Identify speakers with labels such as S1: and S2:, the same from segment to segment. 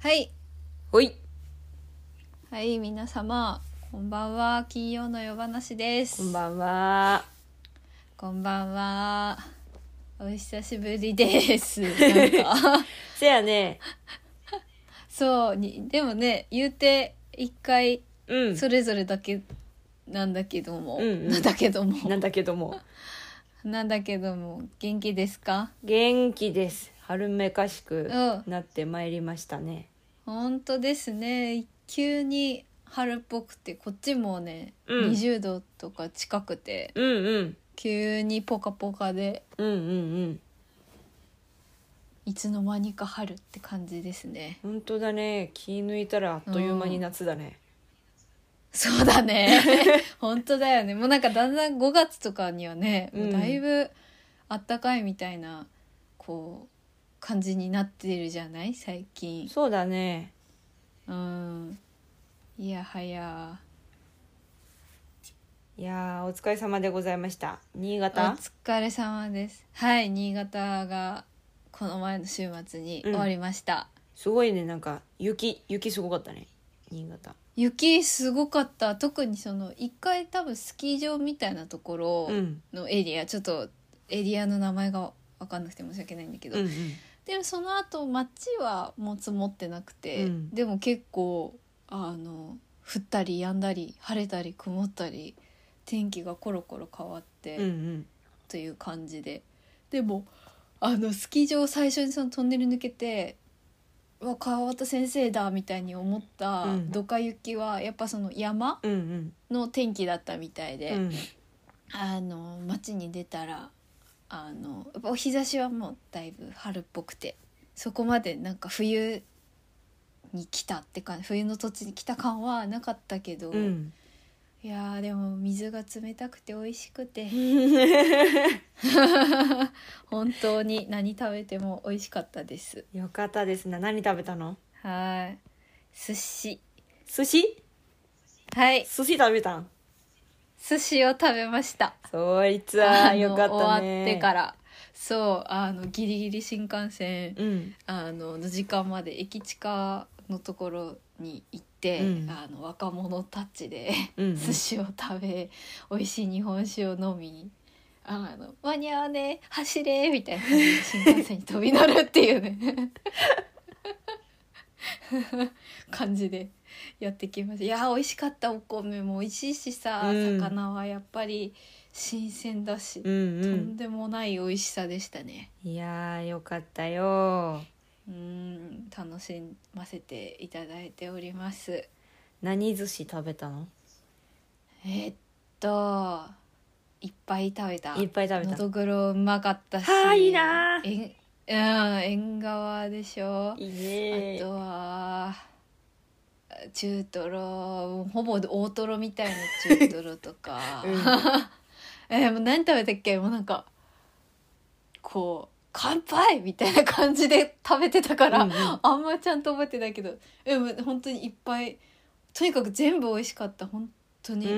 S1: はい。
S2: ほい。
S1: はい、皆様、こんばんは。金曜の夜話です。
S2: こんばんは。
S1: こんばんは。お久しぶり です。なんか
S2: せやね。
S1: そうに、でもね、言うて、一回、
S2: うん。
S1: それぞれだけ、なんだけども、
S2: うんうん
S1: なんだけども、
S2: なんだけども。
S1: なんだけども、元気ですか
S2: 元気です。春めかしく
S1: うん
S2: なってまいりましたね。
S1: 本当ですね。急に春っぽくて、こっちもね、
S2: うん
S1: 20度とか近くて、
S2: うんうん。
S1: 急にポカポカで、
S2: うんうんうん。
S1: いつの間にか春って感じですね。
S2: 本当だね。気抜いたらあっという間に夏だね。
S1: そうだ ね。本当だよね。もうなんかだんだん5月とかにはね、もうだいぶあったかいみたいなこう感じになってるじゃない最近。
S2: そうだね。
S1: うん。いやはや。
S2: いやーお疲れ様でございました。新
S1: お
S2: 潟。
S1: 疲れ様です。はい、新潟がこの前の週末に終わりました。
S2: すごいね。なんか雪雪すごかったね。新潟。
S1: 雪すごかった特にその一回多分スキー場みたいなところを、
S2: うん。
S1: のエリアちょっとエリアの名前が分かんなくて申し訳ないんだけど、
S2: うんうん。
S1: でもその後街はもう積もってなくて、
S2: うん
S1: でも結構あの降ったり止んだり晴れたり曇ったり天気がコロコロ変わって、
S2: うんうん。
S1: という感じででもあのスキー場最初にそのトンネル抜けて「うわ川端先生だ」みたいに思った
S2: うん
S1: ドカ雪はやっぱその山
S2: うんうん。
S1: の天気だったみたいで。
S2: うん
S1: あの街に出たらあのやっぱお日差しはもうだいぶ春っぽくてそこまでなんか冬に来たって感じ冬の土地に来た感はなかったけど、
S2: うん。
S1: いやーでも水が冷たくて美味しく て本当に何食べても美味しかったです
S2: よかったですね。何食べたの？
S1: はい寿司
S2: 寿司？
S1: はい
S2: 寿司食べたん？
S1: 寿司を食べました
S2: そいつ
S1: あ
S2: は
S1: の
S2: よかった
S1: 終わ
S2: ね。
S1: ってからそうあのギリギリ新幹線
S2: うん。
S1: あのの時間まで駅近のところに行って、
S2: うん
S1: あの若者たちで
S2: うんうん
S1: 寿司を食べ、美味しい日本酒を飲みあの間に合わねえ走れみたいな感じで新幹線に飛び乗るっていうね 感じでやってきましたいやー美味しかったお米も美味しいしさ、
S2: うん
S1: 魚はやっぱり新鮮だし、
S2: うんう
S1: とん
S2: ん。
S1: でもない美味しさでしたね。
S2: いやーよかったよ。
S1: うーん、楽しませていただいております。
S2: 何寿司食べたの？
S1: えっと、いっぱい食べた。
S2: いっぱい食べ
S1: の
S2: た。
S1: どぐろうまかったし。
S2: あーいいなー
S1: えん、うん、縁側でしょ。
S2: いい
S1: あ
S2: ね
S1: とは。中トロ、ほぼ大トロみたいな中トロと か。えーもう何食べたっけもうなんかこう「乾杯!」みたいな感じで食べてたから、
S2: うんうん
S1: あんまちゃんと覚えてないけどえーもう本当にいっぱいとにかく全部美味しかった本当
S2: う
S1: に、
S2: ん。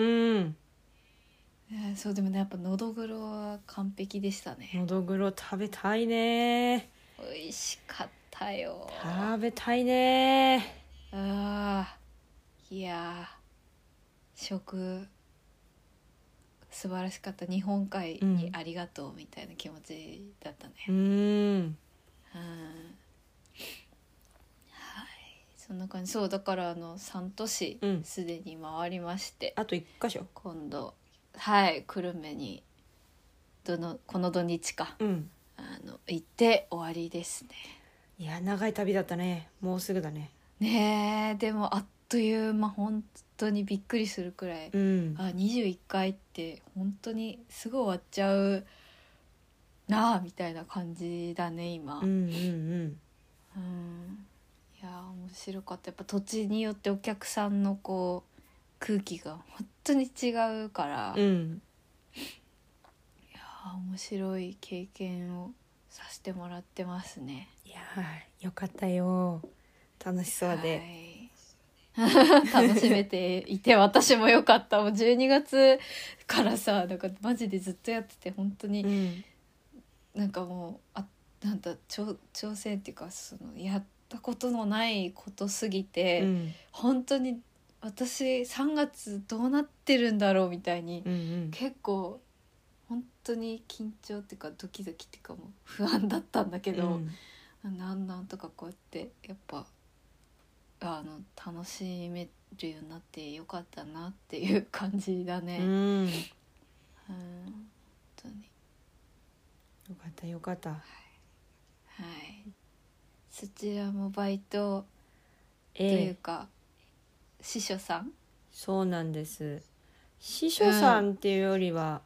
S1: えーそうでもねやっぱのどぐろは完璧でしたね
S2: のどぐろ食べたいね。
S1: 美味しかったよ
S2: 食べたいね。
S1: あーいやー食素晴らしかった日本海にありがとうみたいな気持ちだったね、
S2: うん。
S1: うんはい、そんな感じそうだからあの3都市
S2: うん
S1: すでに回りまして、
S2: あと一箇所。
S1: 今度はい久留米にどのこの土日か
S2: うん。
S1: あの行って終わりです
S2: いや長い旅だったね。もうすぐだね。
S1: ね。ねえでもあっという間本当にびっくりするくらい、
S2: うん。
S1: あ21回って本当にすぐ終わっちゃうなあみたいな感じだね今。
S2: うんうん
S1: うんいやー面白かったやっぱ土地によってお客さんのこう空気が本当に違うから、
S2: うん。うん。
S1: いやー面白い経験をさせてもらってますね。
S2: いやーよかったよ。楽しそうで。
S1: はい楽しめていて私もよかったもう12月からさなんかマジでずっとやってて本当に
S2: うん。
S1: なんかもうあなんだ挑挑戦っていうかそのやっったことのないことすぎて、
S2: うん
S1: 本当に私3月どうなってるんだろうみたいに、
S2: うんうん
S1: 結構本当に緊張っていうかドキドキっていうかもう不安だったんだけど、
S2: うん
S1: なんなんとかこうやってやっぱあの楽しめるようになってよかったなっていう感じだね。
S2: うんよ
S1: うん本当に
S2: かったよかった
S1: はいそちらもバイトとい
S2: え
S1: う
S2: え
S1: か、司書さん
S2: そうなんです司書さんっていうよりは、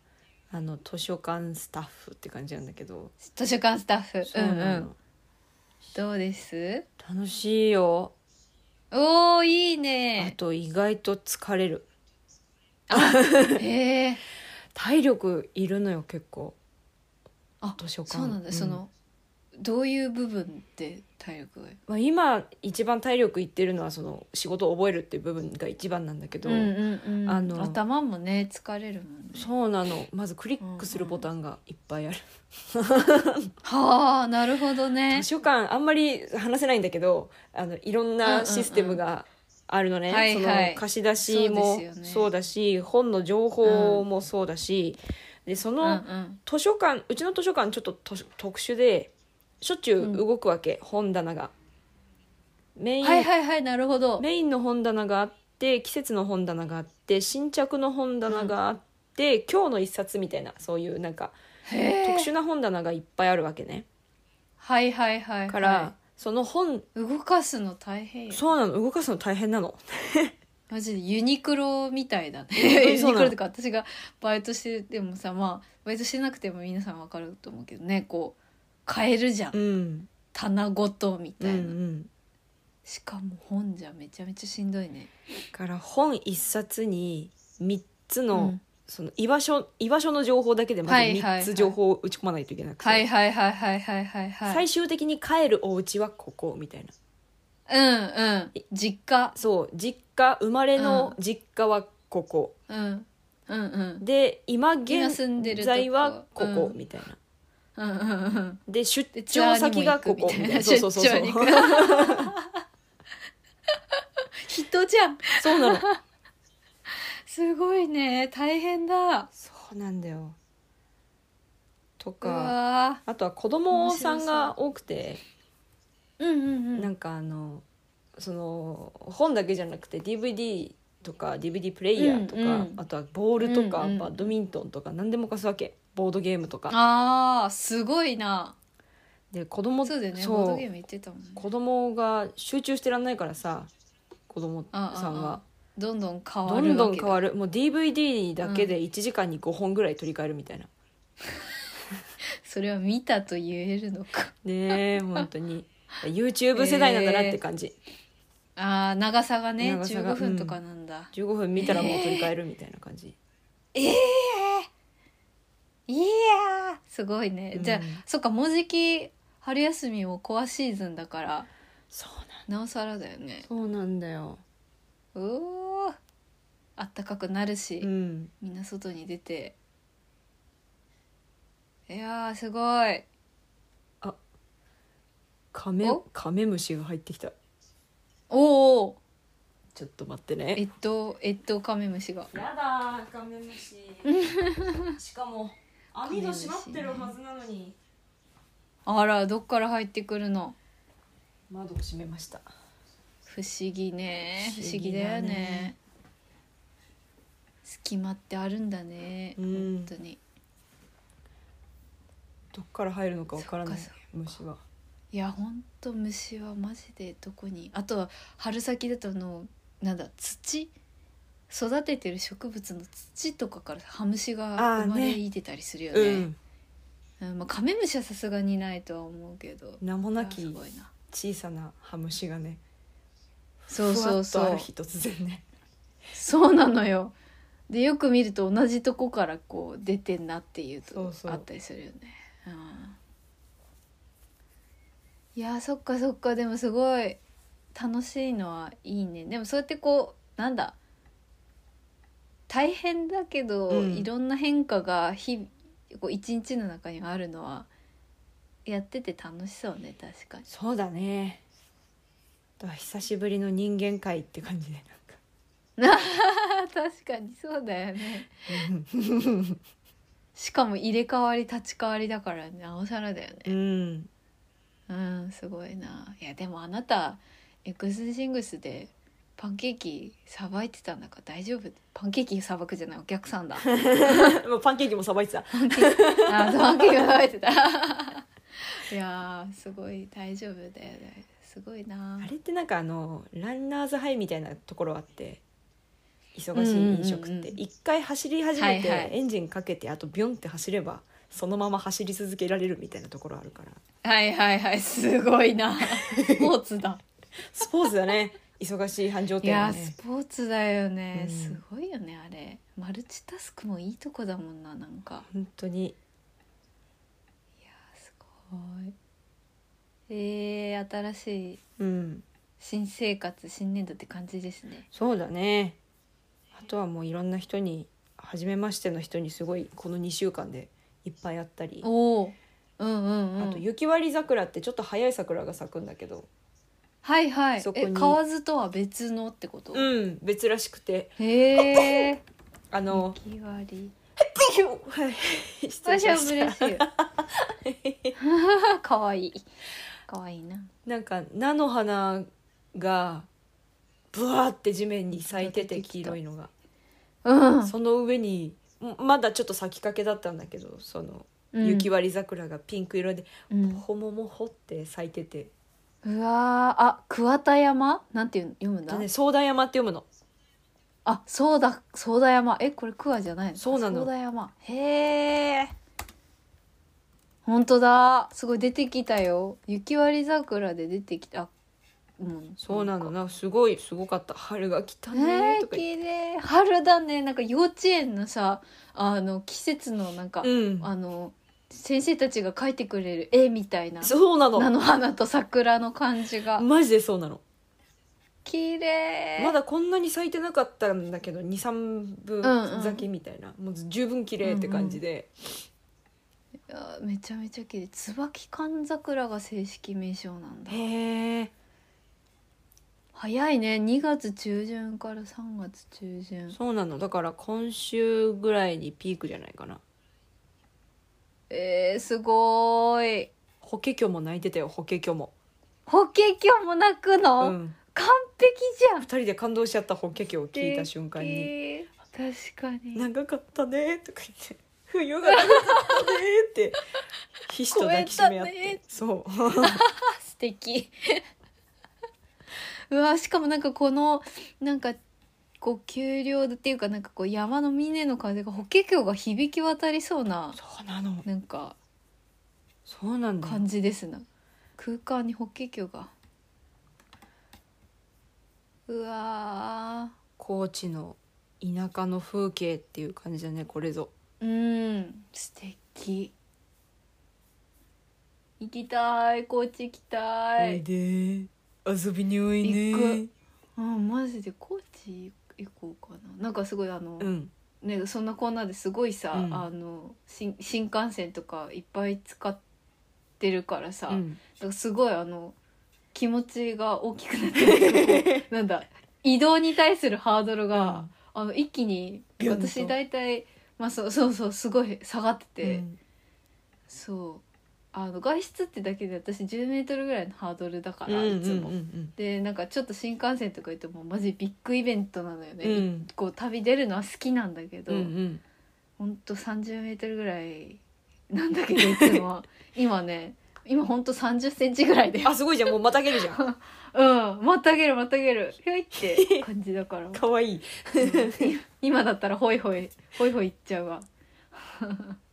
S2: あの図書館スタッフって感じなんだけど
S1: 図書館スタッフ
S2: そうなの、
S1: んうん、どうです
S2: 楽しいよ
S1: おーいい
S2: あ
S1: ね
S2: と意外と疲れる
S1: へえ
S2: 体力いるのよ結構
S1: あ
S2: 図書館
S1: そうなんだ、そ、のどういう部分で体力が
S2: まあ、今一番体力いってるのはその仕事を覚えるっていう部分が一番なんだけど、
S1: うん
S2: あの
S1: 頭もね疲れるもんね
S2: そうなのまずクリックするボタンがいっぱいある、
S1: はあなるほどね
S2: 図書館あんまり話せないんだけどあのいろん
S1: うんうんう
S2: なんシステムがあるのね、
S1: はいはい
S2: その貸し出
S1: そ
S2: し
S1: う
S2: も
S1: ですよね
S2: そうだし本の情報もそうだし、でそうの、
S1: んうん
S2: 図書館うちの図書館ちょっとと特殊でしょっちゅう動くわけ、本棚がメイン、
S1: はいはいはいなるほど
S2: メインの本棚があって季節の本棚があって新着の本棚があって、今日の一冊みたいなそういうなんか
S1: へ
S2: 特
S1: え
S2: 殊な本棚がいっぱいあるわけね、
S1: はいはいはいはい
S2: から、その本
S1: 動かすの大変よ
S2: そうなの動かすの大変なの
S1: マジでユニクロみたいだねユニ
S2: そうなの
S1: クロとか私がバイトしてでもさまあバイトしてなくても皆さんわかると思うけどねこう買えるじゃん、
S2: うん
S1: 棚ごとみ
S2: う
S1: た
S2: んう
S1: いな、
S2: ん
S1: しかも本じゃめちゃめちゃしんどいね
S2: から本一冊に3つの、
S1: うん
S2: その居場所居場所の情報だけでまず
S1: はいはいはい
S2: 3つ情報を打ち込まないといけなくて、
S1: はいはいはいはいはいはいはい
S2: 最終的に帰るお家はここみたいな
S1: うんうん実家、
S2: そう実家生まれの実家はここ、
S1: うん、うんうん
S2: で今
S1: 今
S2: 現
S1: 住んでるとこ
S2: 在はここ
S1: うん
S2: みたいな、
S1: うんうんうん
S2: で出
S1: でツア
S2: 張
S1: ーに
S2: 先
S1: も行
S2: が
S1: く
S2: こ
S1: み
S2: こ
S1: た
S2: みた
S1: い
S2: い
S1: な
S2: なそうそうそうそ
S1: 出張に行く
S2: う
S1: 人じゃん
S2: そう なの
S1: すごいね大変だ
S2: そうなんだよと
S1: う
S2: か
S1: わ
S2: あとは子供さんが多くて
S1: ーうんうんう
S2: なんんかあのその本だけじゃなくて DVD とか DVD プレイヤーとか、
S1: うんうん
S2: あとはボールとか、
S1: うんうん
S2: バドミントンとか何でも貸すわけボードゲームとか
S1: あーすごいな
S2: で子供
S1: そうだよね
S2: そう
S1: ボードゲーム言ってたもんね
S2: 子供が集中してらんないからさ子供さん
S1: あ
S2: は
S1: どんどん変わ
S2: ど
S1: る
S2: んどん変わ
S1: る
S2: るもう DVD だけで1時間に5本ぐらい取り替えるみたいな、
S1: それは見たと言えるのか
S2: ね え本当に YouTube 世代なんだなって感じ、
S1: あー長さがね
S2: 長さが
S1: 15分とかなんだ、
S2: 15分見たらもう取り替えるみたいな感じ、
S1: いやーすごいね、
S2: うん
S1: じゃあそっかもうじき春休みもコアシーズンだから
S2: そうなん
S1: なおさらだよね
S2: そうなんだよ
S1: うおーあったかくなるし、
S2: うん
S1: みんな外に出ていやーすごい
S2: カメ
S1: お
S2: カメムシが入ってきた
S1: おお
S2: ちょっと待って
S1: え
S2: ね
S1: っとえっとカメムシが
S2: やだカメムシ しかも
S1: 網戸閉まってるは
S2: ずなのに
S1: あらどっから入ってくるの
S2: 窓を閉めました
S1: 不思議ね不
S2: 不
S1: 思
S2: 思
S1: 議
S2: 議
S1: だ
S2: だ
S1: よ
S2: よね
S1: ね隙間ってあるんだね、
S2: うん
S1: 本当に
S2: どっから入るのかわからない
S1: そっか
S2: 虫はい
S1: やほんと虫はマジでどこにあとは春先だとあのなんだ土育ててる植物の土とかからハムシが
S2: あーね
S1: 生まれいてたりするよね
S2: うん
S1: うんまあ、カメムシはさすがにないとは思うけど
S2: 名もな
S1: あす
S2: き
S1: ごいな
S2: 小さなハムシがね
S1: そうそう
S2: ふわっと
S1: そ
S2: あ
S1: う
S2: る日突然ね
S1: そうなのよでよく見ると同じとこからこう出てんなっていう
S2: そ
S1: と
S2: うそう
S1: あったりするよねうんいやーそっかそっかでもすごい楽しいのはいいねでもそうやってこうなんだ大変だけど、
S2: うん
S1: いろんな変化が日こう一日の中にあるのはやってて楽しそうね確かに
S2: そうだねだから久しぶりの人間界って感じで
S1: 確かにそうだよね
S2: なんか
S1: しかも入れ替わり立ち替わりだからなおさらだよ
S2: う
S1: ね
S2: ん
S1: うんすごいないやでもあなたエクスシングスでパンケーキさばいてたんだから大丈夫パンケーキさばくじゃないお客さんだ
S2: もうパンケーキもさばいてた
S1: あパンケーキさばいてた いやーすごい大丈夫だよねすごいな
S2: あれってなんかあのランナーズハイみたいなところあって忙しい飲食
S1: うん
S2: っ
S1: うん
S2: て
S1: うん
S2: 一回走り始めて
S1: はいはい
S2: エンジンかけてあとビョンって走ればそのまま走り続けられるみたいなところある から
S1: はいはいはいすごい なスポーツだ
S2: スポーツだね忙しい繁盛
S1: い
S2: 店
S1: や
S2: は
S1: ー
S2: ね
S1: スポーツだよね、
S2: うん
S1: すごいよねあれマルチタスクもいいとこだもんななんか
S2: 本当
S1: い
S2: に
S1: やーすごいえー、新しい
S2: うん
S1: 新生活新年度って感じですね
S2: そうだねあとはもういろんな人に初めましての人にすごいこの2週間でいっぱいあったり
S1: おおうんうんうん
S2: あと雪割り桜ってちょっと早い桜が咲くんだけど
S1: はいはい
S2: そこに
S1: え河津とは別のってこと、
S2: うん別らしくて
S1: へえ
S2: あの
S1: 雪割り
S2: はい失礼
S1: 私
S2: し
S1: は
S2: ました
S1: 嬉しいよ可愛い可愛いな
S2: なんか菜の花がブワーって地面に咲いて
S1: 出
S2: て
S1: てきた
S2: 黄色いのが
S1: うん
S2: その上にんまだちょっと咲きかけだったんだけどその
S1: うん
S2: 雪割り桜がピンク色で
S1: うん
S2: ほももほって咲いてて、
S1: うわーあ桑田山なんていう読むんだ、
S2: ね、ソーダ山って読むの
S1: あそうだそうだ山えこれ桑じゃないの
S2: そうなの
S1: そうだ山へえ本当だすごい出てきたよ雪割桜で出てきたあうん
S2: そうなの
S1: んか
S2: なすごいすごかった春が来たね
S1: ねえ
S2: とか言って、
S1: 綺麗春だねなんか幼稚園のさあの季節のなんか、
S2: うん
S1: あの先生たちが描いてくれる絵みたいな
S2: そうな
S1: 菜
S2: の
S1: の花と桜の感じが
S2: マジでそうなの
S1: 綺麗
S2: まだこんなに咲いてなかったんだけど23
S1: うんうん
S2: 分咲きみたいな、もう十分綺麗って感じで、
S1: いやめちゃめちゃ綺麗椿寒桜が正式名称なんだ
S2: へえ
S1: 早いね2月中旬から3月中旬
S2: そうなのだから今週ぐらいにピークじゃないかな
S1: えー、すごーい
S2: 法華経も泣いてたよ法華経も
S1: 法華経も泣く
S2: う
S1: の、
S2: ん
S1: 完璧じゃん
S2: 二人で感動しちゃった法華経を聞いた瞬間に
S1: 確か
S2: 「
S1: に
S2: 長かったね」とか言って「冬が長かったね」ってひしと抱きしめ合
S1: 超
S2: っ
S1: えたね
S2: てそう
S1: あ素敵 うわしかもなんかこのなんかこう丘陵っていうかなんかこう山の峰の風が法華経が響き渡りそうな
S2: そうなの
S1: なんか
S2: そうなんだよ
S1: 感じですな、空間に法華経がうわ
S2: 高知の田舎の風景っていう感じだねこれぞ
S1: ーうん素敵行きたい高知行き
S2: 「
S1: たい、
S2: で遊びにおい
S1: 行うんマジで高知行こうかななんかすごいあの、
S2: うん
S1: ねそんなこんなですごいさ、
S2: うん
S1: あの新新幹線とかいっぱい使ってるからさ、
S2: うん
S1: だからすごいあの気持ちが大きくなってる なんだ移動に対するハードルが、あの一気に
S2: ビュンと
S1: 私大体、まあ、そうそうそうすごい下がってて、
S2: うん
S1: そうあの外出ってだけで私1 0ルぐらいのハードルだか
S2: うん
S1: ら、いつ
S2: う
S1: も
S2: ん。うん
S1: でなんかちょっと新幹線とか言ってもマジビッグイベントなのよね、
S2: うん
S1: こう旅出るのは好きなんだけど、
S2: うんうん
S1: ほんと30メートルぐらいなんだけどいつも は今ね今ほんと30センチぐらいで
S2: あすごいじゃんもうまたげるじゃん
S1: うんまたげるまたげるひょいって感じだ から うん
S2: かわいい
S1: 今だったらホイホイホイホイいっちゃうわ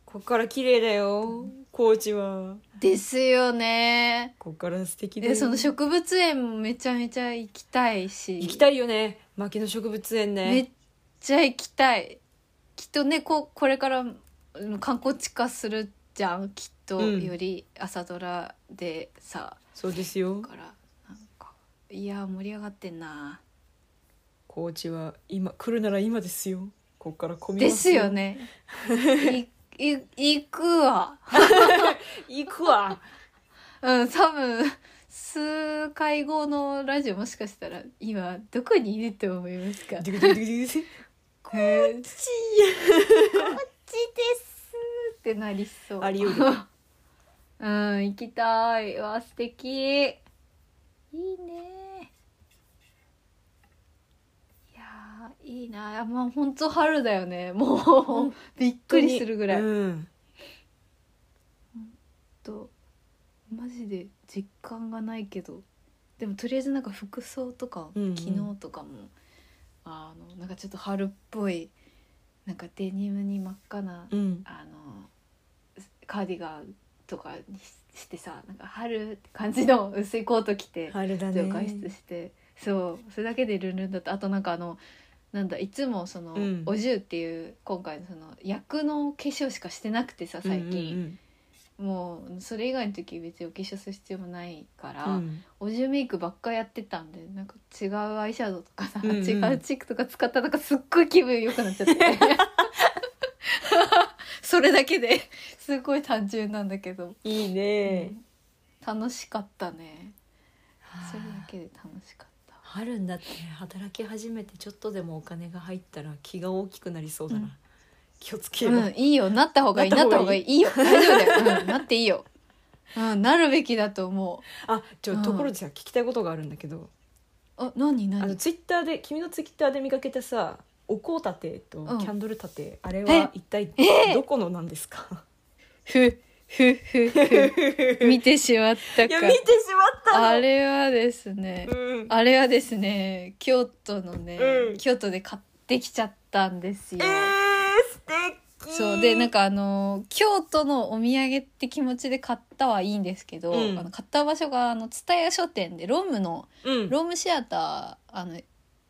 S2: こっから綺麗だよ高知は
S1: ですよね
S2: こっから素敵だよ
S1: でその植物園もめちゃめちゃ行きたいし
S2: 行きたいよね牧野植物園
S1: めっ
S2: ね
S1: ちゃ行きたいきっとねここれからうん観光地化するじゃんきっと、
S2: うん
S1: より朝ドラでさ
S2: そうですよ
S1: だからなんかいやー盛り上がってんな
S2: 高知は今来るなら今ですよこっから混みま
S1: ですすよねいい行くわ
S2: 行くわ
S1: うん多分数回後のラジオもしかしたら今どこにいると思いますか
S2: ドゥクドゥクドゥクドゥク
S1: こっちですってなりそう
S2: あり得る
S1: うん行きたいわ素敵いいねいやーいいなまあ本当春だよねもうびっくりするぐらい、
S2: うん
S1: とマジで実感がないけどでもとりあえずなんか服装とか、
S2: うんうん
S1: 昨日とかもあのなんかちょっと春っぽいなんかデニムに真っ赤な、
S2: うん
S1: あのカーディガンとかにししてさなんか春って感じの薄いコート着て、
S2: 春だ
S1: ち
S2: ね
S1: ょっと外出してそうそれだけでルンルンだったあとなんかあのなんだいつもその、
S2: うん
S1: おじゅうっていう今回のその役の化粧しかしてなくてさ最近。
S2: うん
S1: もうそれ以外の時別にお化粧する必要もないから、
S2: うんうん
S1: お重メイクばっかやってたんでなんか違うアイシャドウとかさ、
S2: うんうん
S1: 違うチークとか使ったなんかすっごい気分良くなっちゃってそれだけですごい単純なんだけど、
S2: いいね
S1: うん楽しかったね
S2: はあ
S1: それだけで楽しかった
S2: 春になって働き始めてちょっとでもお金が入ったら気が大きくなりそうだな、
S1: うん
S2: 気をつけよう、
S1: うんいいよなった方がいいな
S2: な
S1: っ
S2: ったた
S1: 方
S2: 方
S1: が
S2: が
S1: い
S2: い
S1: いよ大丈夫だよ、うん、なっていいよ、うん、なるべきだと思
S2: あちょ、
S1: うん
S2: ところでさ聞きたいことがあるんだけど
S1: うあ何
S2: あの
S1: 何
S2: ツイッターで君のツイッターで見かけたさお香立てと
S1: うん
S2: キャンドル立て、あれ
S1: え
S2: は一体
S1: え
S2: どこのなんですか、
S1: ふふふふ見てしまった
S2: いや
S1: か
S2: 見てしまったの
S1: あれはですね
S2: うん、
S1: あれはですね京都のね、
S2: うん
S1: 京都で買ってきちゃったんですよ
S2: えー、素敵
S1: そうでなん
S2: か
S1: かあの京都のお土産って気持ちで買ったはいいんですけど、
S2: うん
S1: あの買った場所があの蔦屋書店でロームの
S2: うん
S1: ロームシアターあの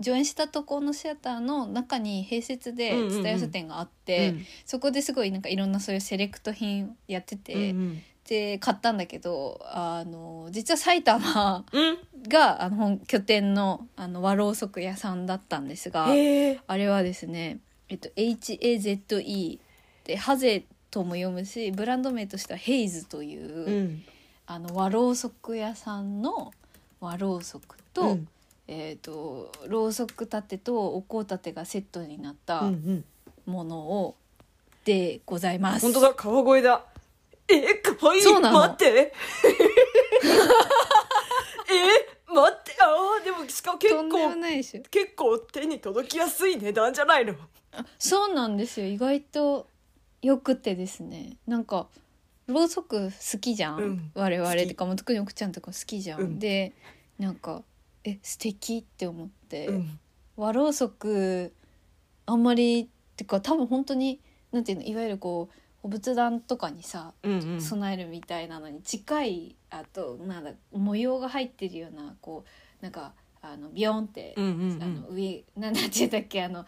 S1: 上演したとこのシアターの中に併設で
S2: うんうんうん
S1: 蔦屋書店があって、
S2: うん
S1: そこですごいなんかいろんなそういうセレクト品やってて、
S2: うん
S1: で買ったんだけどあの実は埼玉
S2: うん
S1: があの本拠点のあの和ろうそく屋さんだったんですが、
S2: えー、
S1: あれはですね、えっと、HAZE でハゼとも読むしブランド名としてはヘイズという、
S2: うん
S1: あの和ろうそく屋さんの和ろうそくと,、
S2: うん
S1: えっとろうそく立てとお香立てがセットになっ
S2: うんう
S1: た
S2: ん
S1: ものを、でございます。
S2: 本当だ川越だえー、かわいい
S1: そうなの
S2: 待って えー、待ってあーでもしかも結
S1: とんでも
S2: 構
S1: ないでしょ
S2: 結構手に届きやすい値段じゃないの
S1: そうなんですよ意外とよくてですねなんかろうそく好きじゃん、
S2: うん
S1: 我々
S2: 好き
S1: とかも特に奥ちゃんとか好きじゃん、
S2: うん
S1: でなんかえ素敵って思って、
S2: うん
S1: 和ろうそくあんまりってか多分本当になんていうのいわゆるこうお仏壇とかにさ
S2: うんうん
S1: 備えるみたいなのに近いあとなんだ模様が入ってるようなこうなんかあのビヨンって
S2: うんうん
S1: あの上なんだって言ったっけあの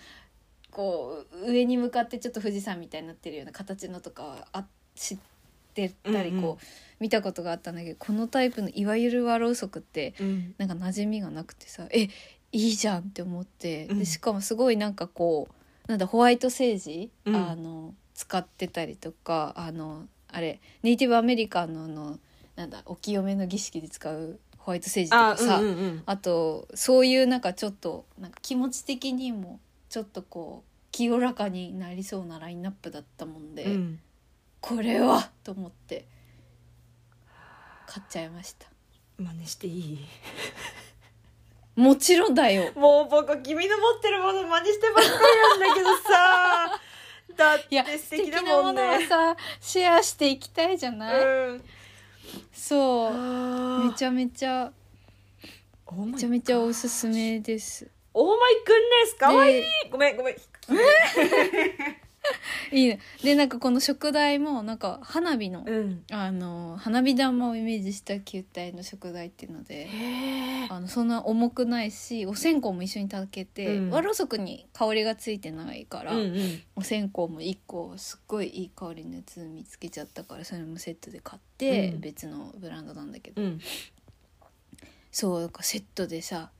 S1: こう上に向かってちょっと富士山みたいになってるような形のとかはあ知ってたりこう、
S2: うんうん
S1: 見たことがあったんだけどこのタイプのいわゆる和ろうそくって
S2: うん
S1: なんか馴染みがなくてさえいいじゃんって思ってで
S2: うん
S1: しかもすごいなんかこうなんだホワイトセージ、
S2: うん
S1: あの使ってたりとかあのあれネイティブアメリカンのあのなんだお清めの儀式で使うホワイトセージと
S2: あ
S1: か
S2: う
S1: さ、
S2: んうんうん
S1: あとそういうなんかちょっとなんか気持ち的にもちょっとこう清らかになりそうなラインナップだったもんで、
S2: うん
S1: これはと思って買っちゃいました
S2: 真似していい
S1: もちろんだ よ
S2: もう僕君の持ってるもの真似してばっかりなんだけどさだっ
S1: いや
S2: て素
S1: 素敵
S2: 敵だ
S1: なも
S2: もん
S1: のは
S2: ね
S1: さシェアしていきたいじゃない、
S2: うん
S1: そう
S2: あ
S1: めちゃめちゃ
S2: ゃ
S1: めちゃめちゃおすすめです
S2: オーマイくんですかわいい
S1: で
S2: ごめんごめん
S1: いいねでなんかこの食材もなんか花火の、
S2: うん
S1: あの花火玉をイメージした球体の食材っていうので
S2: へえ
S1: あのそんな重くないしお線香も一緒に炊けて、
S2: うん
S1: 和ろうそくに香りがついてないから、
S2: うんうん
S1: お線香も1個すっごいいい香りのやつ見つけちゃったからそれもセットで買って、
S2: うん
S1: 別のブランドなんだけど、
S2: うん
S1: そうなんかセットでさ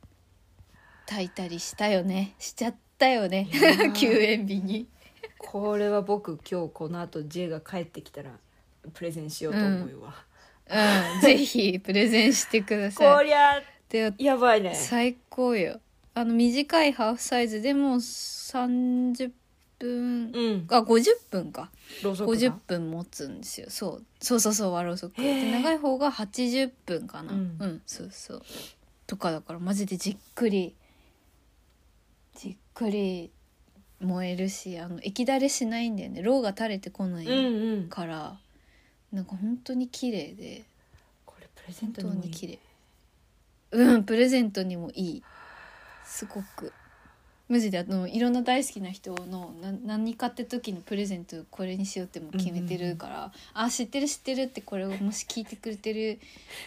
S1: 炊いたりしたよねしちゃったよね
S2: いや ー
S1: 休園日に
S2: これは僕今日この後 J が帰ってきたらプレゼンしようと思うわ、
S1: うん、ぜひプレゼンしてくだ
S2: こ
S1: さい。
S2: りゃ
S1: で
S2: やばいね
S1: 最高よ。あの短いハーフサイズでも30分
S2: うん
S1: あ50分か
S2: ろうそく
S1: 50
S2: が
S1: 分持つんですよそうそうそうそう和ろうそく
S2: へ
S1: で
S2: え
S1: 長い方が80分かな
S2: う
S1: うんん、そうそうとかだからマジでじっくりじっくり燃えるしあの液だれしないんだよねろうが垂れてこな
S2: うんう
S1: い
S2: ん
S1: から、なんか本当に綺麗で
S2: これプレゼント
S1: 本当
S2: にもい
S1: に
S2: い
S1: 綺麗うんプレゼントにもいいすごくマジであのいろんな大好きな人のな何かって時のプレゼントこれにしようっても決めてるから、あ知ってる知ってるってこれをもし聞いてくれてる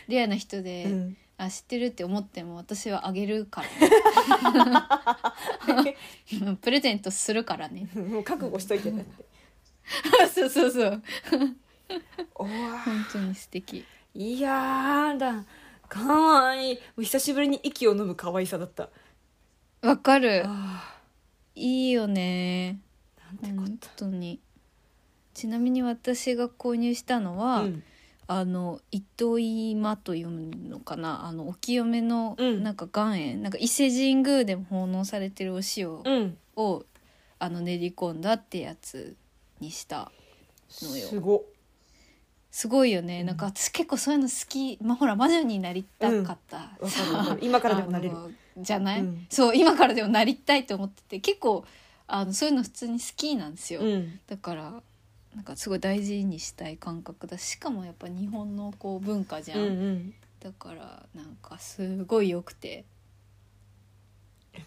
S1: レアな人で、
S2: うん
S1: あ知ってるって思っても私はあげるから ねプレゼントするからね
S2: もう覚悟しといてねっ て
S1: そうそうそう
S2: おわ
S1: 本当に素敵
S2: いやーだかわいいもう久しぶりに息を飲む可愛さだった
S1: わかる
S2: あ
S1: いいよね
S2: ーなんて
S1: 本
S2: こ
S1: 当にちなみに私が購入したの
S2: と
S1: は、
S2: うん
S1: あの糸井間と読むのかなあのお清めの
S2: うん
S1: なんか岩塩、なんか伊勢神宮でも奉納されてるお塩
S2: うん
S1: を、あの練り込んだってやつにしたのよ
S2: すごっ
S1: すごいよね、なんか私結構そういうの好きまあほら魔女になりたかった、
S2: わかるわかる 今からでもなれる
S1: あのじゃない、
S2: うん
S1: そう今からでもなりたいと思ってて結構あのそういうの普通に好きなんですよ、
S2: うん
S1: だからなんかすごい大事にしたい感覚だししかもやっぱ日本のこう文化じゃ、
S2: うんんうん
S1: だからなんかすごい良くて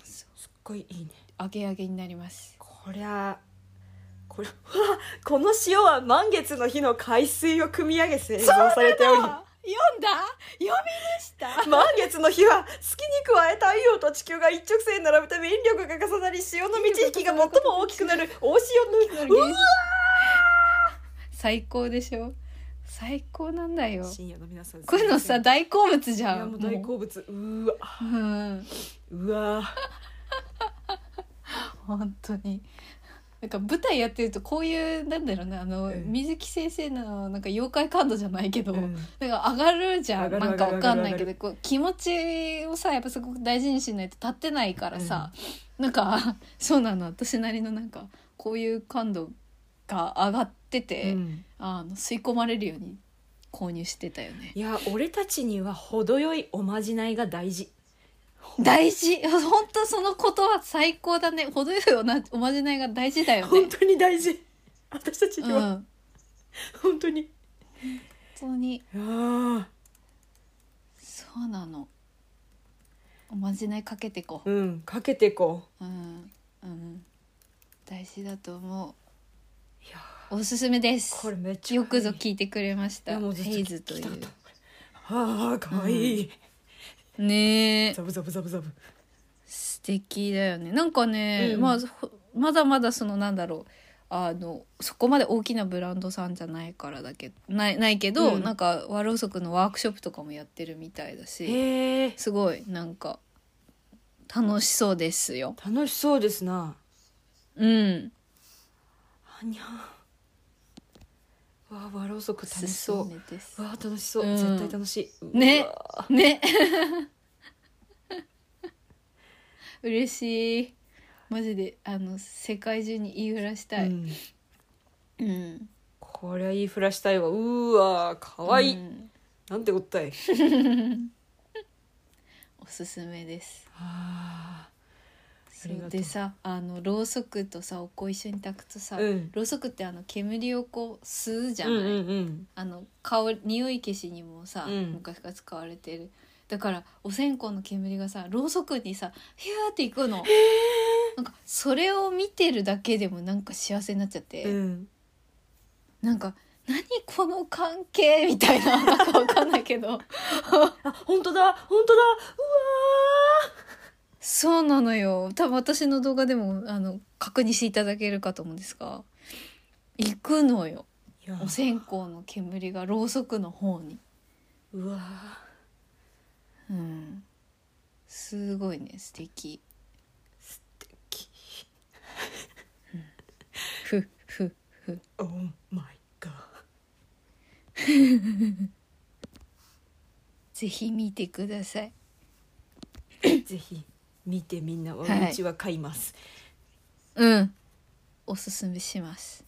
S1: そう
S2: すっごいいいね
S1: アゲアゲになります
S2: こりゃこれ この塩は満月の日の海水を汲み上げ製造されており
S1: 読んだ読みました
S2: 満月の日は月に加え太陽と地球が一直線に並ぶため引力が重なり潮の満ち引きが最も大きくなる大潮のうわ
S1: 最高でしょ最高なんだよ
S2: 深夜の皆さん
S1: こういうのさ
S2: い
S1: 大好物じゃん
S2: やもう大好物うわ
S1: もううん
S2: うわ
S1: 本当になんか舞台やってるとこういうなんだろうなあの、
S2: うん
S1: 水木先生のなんか妖怪感度じゃないけど、
S2: うん
S1: なんか上がるじゃん
S2: 上がる
S1: なんかわかんないけ
S2: 上がる上が
S1: どこう気持ちをさやっぱすごく大事にしないと立ってないからさ、なんか そうなの私なりのなんかこういう感度が上がってて、
S2: うん
S1: あの吸い込まれるように購入してたよね
S2: いや俺たちには程よいおまじないが大事
S1: 大事 本当そのことは最高だね程よいおなおまじないが大事だよ
S2: 本
S1: ね
S2: 当に大事私たち
S1: う
S2: に
S1: ん
S2: は
S1: 本
S2: 本当に、
S1: 当に
S2: うん、
S1: そうなのおまじないかけてこう
S2: うんかけてこう
S1: うんうん大事だと思
S2: いや
S1: うおすすめです
S2: これめっちゃ
S1: よくぞ
S2: 可愛い
S1: 聞いてくれまし
S2: い
S1: た
S2: やもうずっと
S1: ヘイズとい
S2: 聞きたかっ
S1: う
S2: たああ可愛いい、
S1: ねえ
S2: ザブザブザブザブ
S1: 素敵だよねなんかね、
S2: うん
S1: まあほまだまだそのなんだろうあのそこまで大きなブランドさんじゃないからだけないないけど、
S2: うん
S1: なんか和ろうそくのワークショップとかもやってるみたいだし
S2: へえ
S1: すごいなんか楽しそうですよ
S2: 楽しそうですな
S1: うん
S2: あにゃわあわろうそく楽しそ
S1: お
S2: う
S1: すすめです
S2: わあ楽しそう、
S1: うん
S2: 絶対楽しい
S1: ね
S2: うわ
S1: ね 嬉しいマジであの世界中に言いふらした
S2: う
S1: い、
S2: ん、
S1: うん、
S2: こりゃいいふらしたいわうーわ可愛いい、
S1: うん
S2: なんてこったい
S1: おすすめです
S2: あありがと
S1: そううでさあのろうそくとさお香一緒に炊くとさ、
S2: ーうん
S1: ろうそくってあの煙をこう吸うじゃ
S2: う
S1: ない、
S2: んうんうん
S1: あの香り匂い消しにもさ、
S2: うん
S1: 昔から使われてるだからお線香の煙がさろうそくにさヒューっていくの、なんかそれを見てるだけでもなんか幸せになっちゃって、
S2: うん
S1: なんか何この関係みたいななんかわかんないけど
S2: あ本当だ本当だ
S1: そうなのよ多分私の動画でもあの確認していただけるかと思うんですが行くのよ
S2: うわーいや
S1: お線香の煙がろうそくの方に。
S2: うわー
S1: うんすごいね素敵
S2: き
S1: ふふふ
S2: オーマイガー
S1: ぜひ見てください
S2: ぜひ見てみんなは
S1: はいう
S2: ちは買います。
S1: うんおすすめします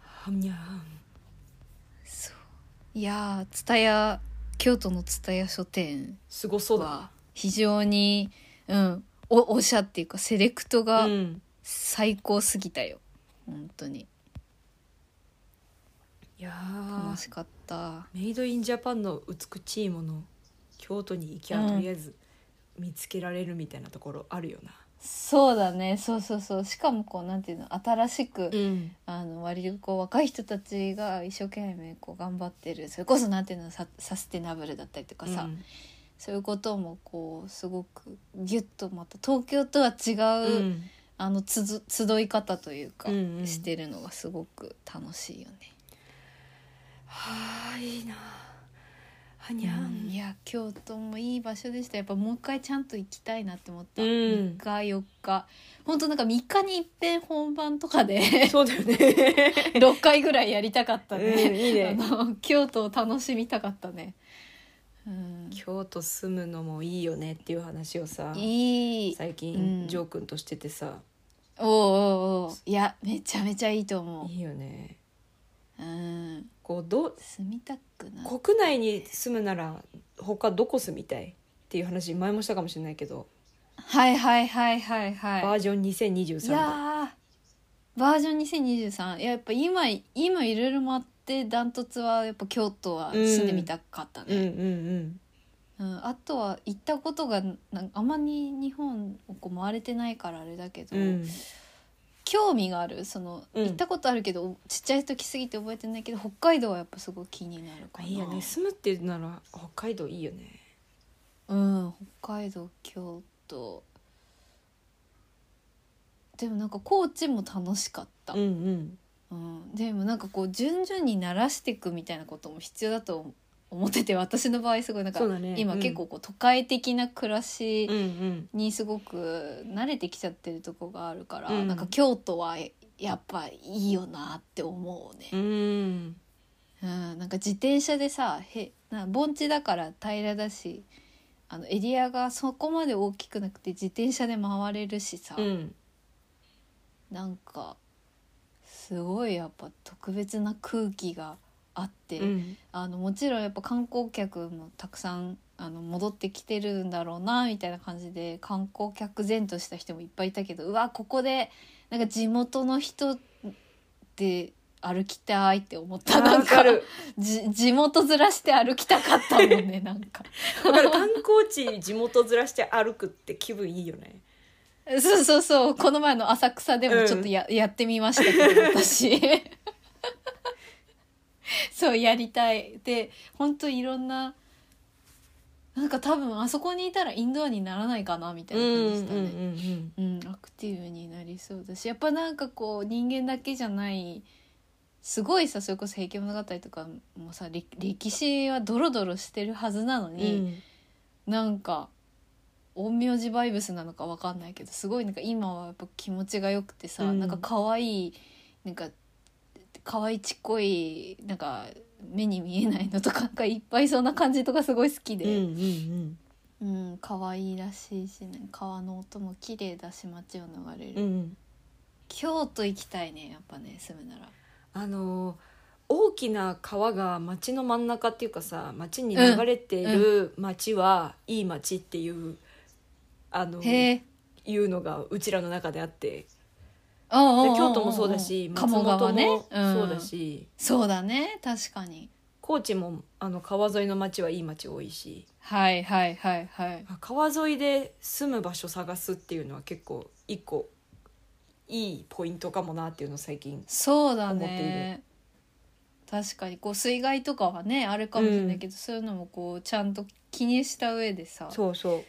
S2: はにゃん
S1: そういやー蔦屋京都の蔦屋書店
S2: すごそうだ。
S1: は非常にうんおおしゃっていうかセレクトが
S2: うん。
S1: 最高すぎたよ、本当に
S2: いや
S1: 楽
S2: ー
S1: しかった
S2: メイドインジャパンの美しいもの京都に行きゃとりあえず見つけられるみたいなところあるよな。
S1: そうだねそうそうそうしかもこうなんていうの新しく、
S2: うん。
S1: あの割とこう若い人たちが一生懸命こう頑張ってるそれこそなんていうのササステナブルだったりとかさ、
S2: うん
S1: そういうこともこうすごくギュッとまた東京とは違う、
S2: うん
S1: あのつづ集い方というか、
S2: うんうん
S1: してるのがすごく楽しいよね。
S2: はあいいな。はにゃ
S1: うんい
S2: ん。
S1: や京都もいい場所でしたやっぱもう一回ちゃんと行きたいなって思った、
S2: うん
S1: 3日4日本当なんか3日に一遍本番とかで
S2: そうだよね。
S1: 6回ぐらいやりたかった
S2: うん
S1: ね、
S2: いいね。
S1: あの京都を楽しみたかったね、うん、
S2: 京都住むのもいいよねっていう話をさ
S1: いい
S2: 最
S1: う
S2: 近
S1: ん
S2: ジョー君としててさ、
S1: おうおうおういやめちゃめちゃいいと思
S2: いいよね
S1: う、うん、
S2: こうど
S1: 住みたくな
S2: 国内に住むなら他どこ住みたいっていう話前もしたかもしれないけど、
S1: はいはいはいはいはい
S2: バージョン2023
S1: い
S2: だ
S1: やーバージョン2023いややっぱ今今いろいろ回ってダントツはやっぱ京都は住んでみたかった
S2: うんうんう
S1: ね、
S2: ん
S1: うんあとは行ったことがなんかあまり日本をこう回れてないからあれだけど、
S2: うん
S1: 興味があるその、
S2: うん
S1: 行ったことあるけどちっちゃい時すぎて覚えてないけど北海道はやっぱすごい気になるかな。
S2: いいよね住むっていうなら北海道いいよね
S1: うん北海道京都でもなんか高知も楽しかった。
S2: うんうん
S1: うん、でもなんかこう順々に慣らしていくみたいなことも必要だと思ってて私の場合すごいなんか
S2: そうだね
S1: 今
S2: うん
S1: 結構こう都会的な暮らし
S2: うんうん
S1: にすごく慣れてきちゃってるとこがあるから、
S2: うん
S1: なんか京都はやっぱいいよなって思うね
S2: う。ん
S1: うん、なんか自転車でさへな盆地だから平らだしあのエリアがそこまで大きくなくて自転車で回れるしさ、
S2: うん
S1: なんかすごいやっぱ特別な空気があって、
S2: うん
S1: あのもちろんやっぱ観光客もたくさんあの戻ってきてるんだろうなみたいな感じで観光客前とした人もいっぱいいたけどうわここでなんか地元の人で歩きたいって思ったなん
S2: わか
S1: か
S2: る
S1: じ地元ずらして歩きたかったもんねなんか
S2: わかる観光地地元ずらして歩くって気分いいよね
S1: そうそうそうこの前の浅草でもちょっとや,、やってみましたけど私 そうやりたいで本当いろんななんか多分あそこにいたらインドアにならないかなみたいな感じでしたね、
S2: ん
S1: うん、アクティブになりそうだしやっぱなんかこう人間だけじゃないすごいさそれこそ「平家物語」とかもさ歴歴史はドロドロしてるはずなの
S2: う
S1: に、
S2: ん
S1: なんか陰陽師バイブスなのかわかんないけどすごいなんか今はやっぱ気持ちが良くてさ、
S2: うん
S1: なんか可愛いなんか可愛いちっこいなんか目に見えないのとか なんかいっぱいそんな感じとかすごい好き
S2: うんうんう
S1: で、
S2: ん
S1: うん可愛いらしいし、ね、川の音も綺麗だし街を流れる、
S2: うん
S1: 京都行きたいねやっぱね住むなら
S2: あの大きな川が町の真ん中っていうかさ町に流れてる町はいい町っていうあの
S1: へ
S2: い
S1: え
S2: うのがうちらの中であってで
S1: 京
S2: 京都もそうだし松
S1: 鴨
S2: 本
S1: 川ね
S2: もそうだ
S1: ん、
S2: し
S1: そうだね確かに
S2: 高知もあの川沿いの町はいい町多いし
S1: はいはいはいはい
S2: 川沿いで住む場所探すっていうのは結構一個いいポイントかもなっていうのを最近
S1: そうだ
S2: 思って
S1: ね確かにこう水害とかはねあるかもしれないけど、そういうのもこうちゃんと気にした上でさ
S2: そうそ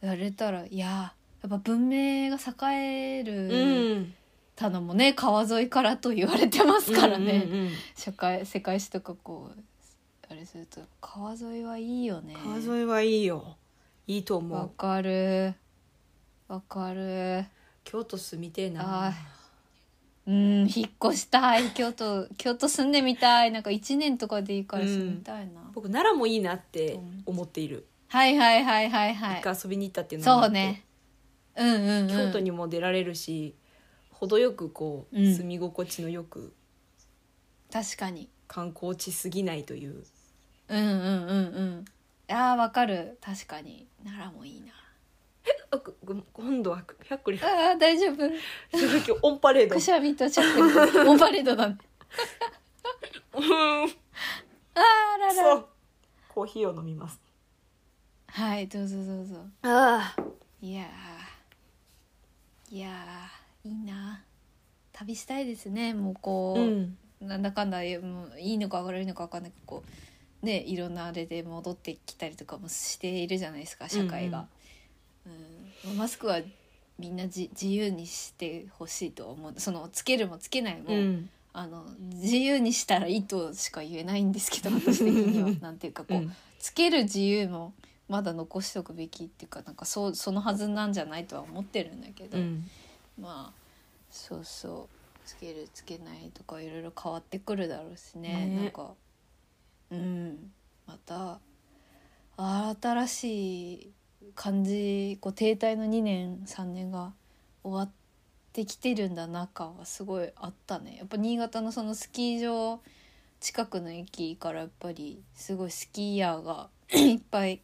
S1: やれたらいやーやっぱ文明が栄え
S2: う
S1: るたのもね、川沿いからと言われてますからね、
S2: うんうんうん
S1: 社会世界史とかこうあれすると川沿いはいいよね
S2: 川沿いはいいよいいと思
S1: わ
S2: う
S1: かるわかる
S2: 京都住みてえな
S1: あうん引っ越したい京都京都住んでみたいなんか1年とかでいいから住みたいな、
S2: 僕奈良もいいなって思っている、
S1: はいはいはいはいは
S2: 一
S1: い
S2: 回遊びに行ったっていうのもあ
S1: そ
S2: っ
S1: う
S2: て
S1: ねうんうん、うん、
S2: 京都にも出られるし程よくこう
S1: うん
S2: 住み心地のよく
S1: 確かに
S2: 観光地すぎないという、
S1: うんうんうんうんあーわかる確かに奈良もいいな
S2: あごご今度は百里
S1: あー大丈 夫
S2: 今日オンパレード
S1: くしゃみとしゃくりオンパレードだね
S2: うん
S1: あーら
S2: そ
S1: ら
S2: うコーヒーを飲みます
S1: はいどうぞどうぞ
S2: ああ
S1: いやーいやーいいな旅したいですねもうこ
S2: う
S1: う、
S2: ん
S1: なんだかんだいやもういいのか悪いのか分かんないけどこうねいろんなあれで戻ってきたりとかもしているじゃないですか社会が、うんまあマスクはみんなじ自由にしてほしいと思うそのつけるもつけないも、
S2: うん
S1: あの自由にしたらいいとしか言えないんですけ ど私的にはなんていうかこう、
S2: うん
S1: つける自由もまだ残しておくべきっていうかなんかそうそのはずなんじゃないとは思ってるんだけど、
S2: うん
S1: まあそうそうつけるつけないとかいろいろ変わってくるだろうしね
S2: ね
S1: なんかうんまたあー新しい感じこう停滞の2年3年が終わってきてるんだな感はすごいあったねやっぱ新潟のそのスキー場近くの駅からやっぱりすごいスキーヤーが いっぱい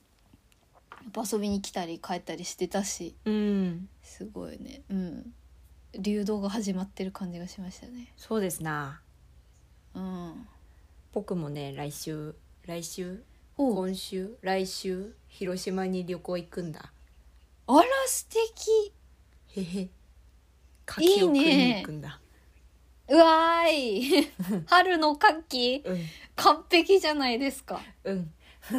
S1: やっぱ遊びに来たり帰ったりしてたし
S2: うん
S1: すごいねうん流動が始まってる感じがしましたね
S2: そうですな
S1: うん
S2: 僕もね来週来週
S1: お
S2: 今週来週広島に旅行行くんだ
S1: あら素敵
S2: へへ柿を食いに行くんだ
S1: うわー い春の活気完璧じゃないですか
S2: うんう
S1: う
S2: ん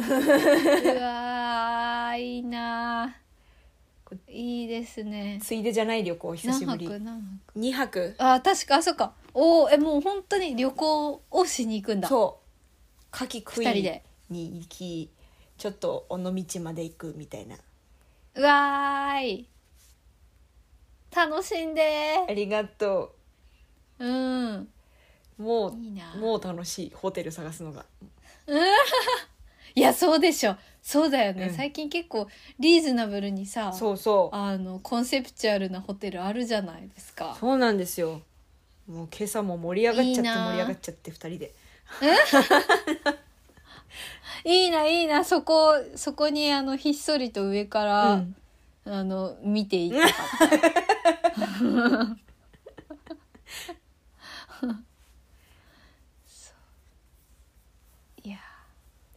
S1: わーいいなーいいですね
S2: ついでじゃない旅行久
S1: 何
S2: しぶ
S1: 泊
S2: り
S1: 何泊
S2: 2泊
S1: あー確かあそっかおーえもう本当に旅行をしに行くんだ
S2: そう牡蠣食
S1: 二人
S2: い
S1: で
S2: に行きちょっと尾道まで行くみたいな
S1: うわーい楽しん
S2: あ
S1: で
S2: りがと
S1: ーうん
S2: うもう
S1: いいなー
S2: もう楽しいホテル探すのが
S1: いやそうでしょそうだよね、
S2: うん
S1: 最近結構リーズナブルにさ
S2: そうそう
S1: あのコンセプチュアルなホテルあるじゃないですか
S2: そうなんですよもう今朝も盛り上がっちゃっ
S1: いい
S2: て
S1: な
S2: 盛り上がっちゃって2人で
S1: いいないいなそこそこにあのひっそりと上から、
S2: うん
S1: あの見ていきたかったそういや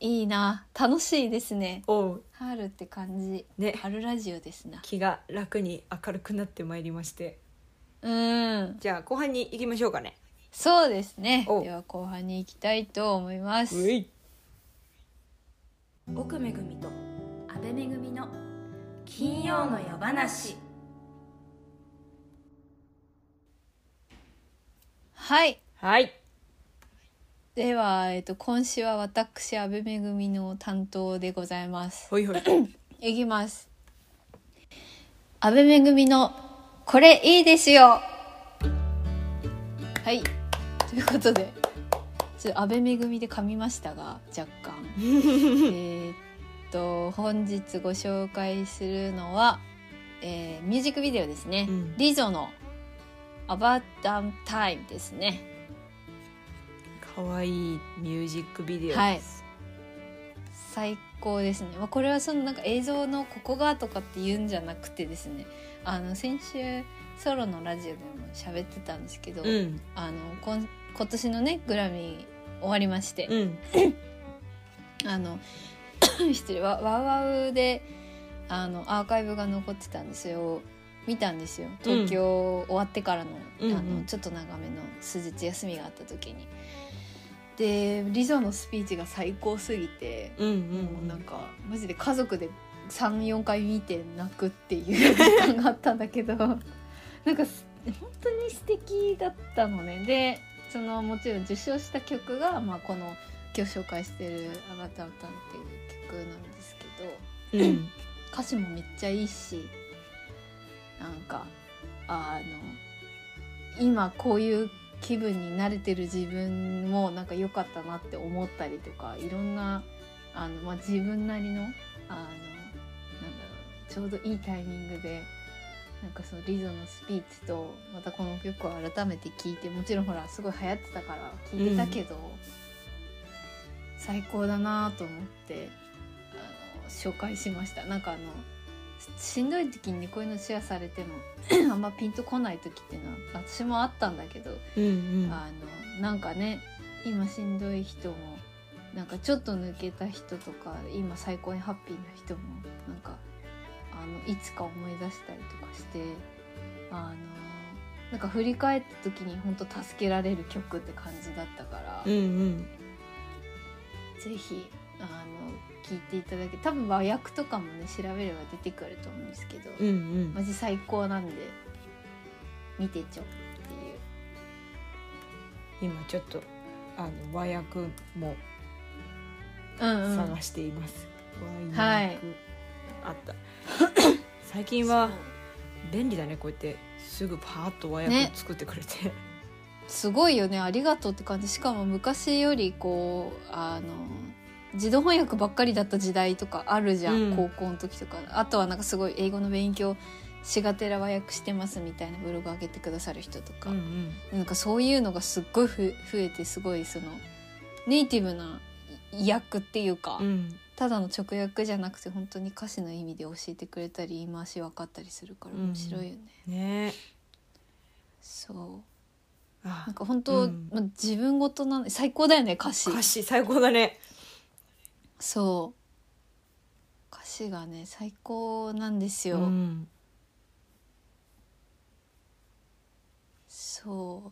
S1: いいな楽しいですね
S2: おう
S1: 春って感じ
S2: ね
S1: 春ラジオですな
S2: 気が楽に明るくなってまいりまして
S1: うん
S2: じゃあ後半に行きましょうかね
S1: そうですね。
S2: お
S1: では後半に行きたいと思います。
S2: うい
S3: 奥めぐみと安倍めぐみの金曜の夜話
S1: はい。
S2: はい
S1: では、えっと、今週は私、阿部恵の担当でございます。
S2: ほいほい
S1: いきます。阿部恵の、これいいですよはい。ということで、ちょっと阿部恵で噛みましたが、若 干。えーっと、本日ご紹介するのは、えーミュージックビデオですね。
S2: うん
S1: リゾのアバダンタイムですね。
S2: かわいいミュージックビデオです、
S1: 最高ですね、まあ、これはそのなんか映像のここがとかって言うんじゃなくてですねあの先週ソロのラジオでも喋ってたんですけど、
S2: うん
S1: あのこん今年のねグラミー終わりまして、
S2: うん
S1: あの 失礼ワワウワウであのアーカイブが残ってたんですよ見たんですよ東京終わってからの,、
S2: うん
S1: あ
S2: うんう
S1: の
S2: ん
S1: ちょっと長めの数日休みがあった時に。でリゾのスピーチが最高すぎて、
S2: うんうん
S1: もう
S2: う
S1: なん
S2: ん
S1: かマジで家族で34回見て泣くっていう時間があったんだけど なんかす本当に素敵だったのねでそのもちろん受賞した曲が、まあ、この今日紹介してる「あがたたん」っていう曲なんですけど
S2: うん
S1: 歌詞もめっちゃいいしなんかあの今こういう気分に慣れてる自分もなんか良かったなって思ったりとかいろんなあの、まあ、自分なりのあのなんだろうちょうどいいタイミングでなんかそのリゾのスピーチとまたこの曲を改めて聴いてもちろんほらすごい流行ってたから聴いてたけど、最高だなと思ってあの紹介しました。なんかあのししんどい時にこういうのシェアされても あんまピンとこない時っていうのは私もあったんだけど、
S2: うんうん
S1: あのなんかね今しんどい人もなんかちょっと抜けた人とか今最高にハッピーな人もなんかあのいつか思い出したりとかしてあのなんか振り返った時に本当助けられる曲って感じだったから、
S2: うんうん
S1: ぜひあの聞いていただけ多分和訳とかもね調べれば出てくると思うんですけど、
S2: うんうん
S1: マジ最高なんで見てちょっていう。
S2: 今ちょっとあの和訳も
S1: うんうん、
S2: 探しています、和
S1: は
S2: 訳
S1: い
S2: あった最近は便利だねこうやってすぐパーッと和訳
S1: ね
S2: 作ってくれて、
S1: すごいよねありがとうって感じしかも昔よりこうあの自動翻訳ばっかりだった時代とかあるじゃん、
S2: うん
S1: 高校の時とかあとはなんかすごい英語の勉強しがてら和訳してますみたいなブログ上げてくださる人とか、
S2: ん
S1: なんかそういうのがすっごいふ増えてすごいそのネイティブな訳っていうか、
S2: うん
S1: ただの直訳じゃなくて本当に歌詞の意味で教えてくれたり言い回し分かったりするから面白いよね。
S2: ね
S1: そう
S2: あ
S1: なんか本当、
S2: うん
S1: まあ自分ごとなんで最高だよね歌詞
S2: 歌詞最高だね
S1: そう歌詞がね最高なんですよ、
S2: うん
S1: そう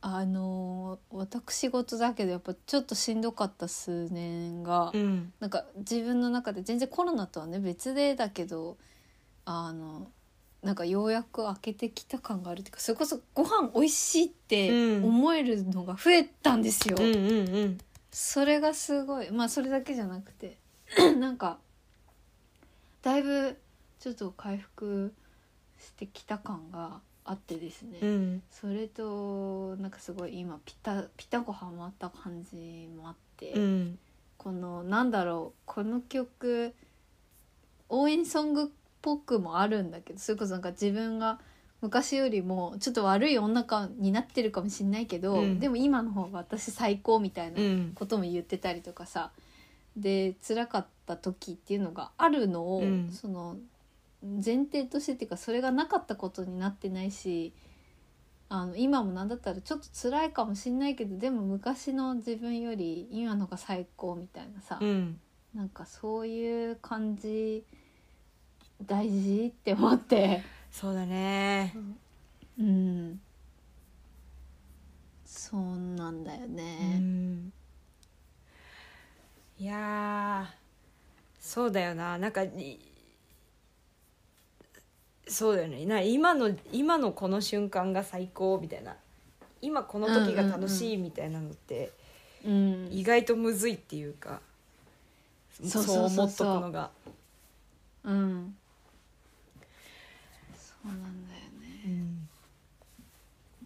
S1: あのー私事だけどやっぱちょっとしんどかった数年が、
S2: うん
S1: なんか自分の中で全然コロナとはね別でだけどあのなんかようやく開けてきた感があるっていうかそれこそご飯美味しいって
S2: うん
S1: 思えるのが増えたんですよ。
S2: うんうんうん
S1: それがすごいまあそれだけじゃなくて なんかだいぶちょっと回復してきた感があってですね、
S2: うん
S1: それとなんかすごい今ピタピタコハマった感じもあって、
S2: うん
S1: このなんだろうこの曲応援ソングっぽくもあるんだけどそれこそなんか自分が昔よりもちょっと悪い女感になってるかもしんないけど、
S2: うん
S1: でも今の方が私最高みたいな
S2: うん
S1: ことも言ってたりとかさで辛かった時っていうのがあるのを、
S2: うん
S1: その前提としてっていうかそれがなかったことになってないしあの今もなんだったらちょっと辛いかもしんないけどでも昔の自分より今のが最高みたいなさ、
S2: うん
S1: なんかそういう感じ大事って思って。
S2: そうだね
S1: うんそうなんだよ
S2: う
S1: ね。
S2: んいやーそうだよななんかいそうだよねな今の今のこの瞬間が最高みたいな今この時が楽しいみたいなのって
S1: うん
S2: 意外とむずいっていうか、
S1: そう
S2: そう
S1: そ
S2: 思
S1: うそう
S2: っとくのが
S1: うんそうなんだよね
S2: うん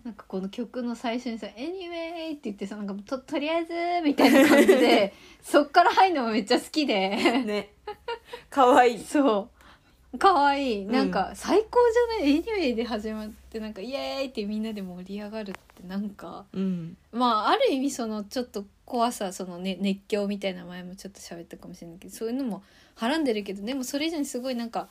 S1: なんかこの曲の最初にさ「Anyway」って言ってさなんかととりあえずみたいな感じでそっから入るのもめっちゃ好きで
S2: ね可愛い
S1: そうかわいい
S2: うん
S1: なんか最高じゃない「Anyway」で始まってなんか「イエーイ!」ってみんなで盛り上がるってなんか
S2: うん
S1: まあある意味そのちょっと怖さその、ね、熱狂みたいな前もちょっと喋ったかもしれないけどそういうのもはらんでるけどでもそれ以上にすごいなんか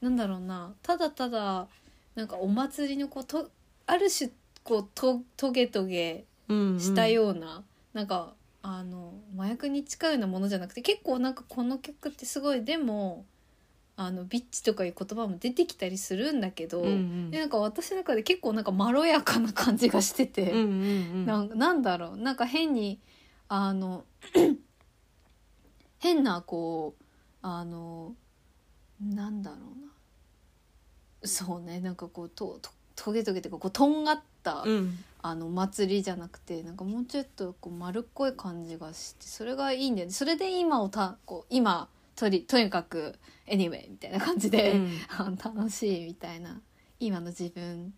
S1: なんだろうなただただなんかお祭りのこうとある種こうとトゲトゲ
S2: うん
S1: したような、なんかあの麻薬に近いようなものじゃなくて結構なんかこの曲ってすごいでもあのビッチとかいう言葉も出てきたりするんだけど、
S2: うんうん
S1: でなんか私の中で結構なんかまろやかな感じがしてて。
S2: うんうんう
S1: なんんなんだろうなんか変にあの 変なこうあのなんだろうなそうねなんかこうととトゲトゲというかこうとんがった、
S2: うん
S1: あの祭りじゃなくてなんかもうちょっとこう丸っこい感じがしてそれがいいんだよねそれで今をたこう今とりとにかく anyway みたいな感じで、
S2: うん
S1: あの楽しいみたいな今の自分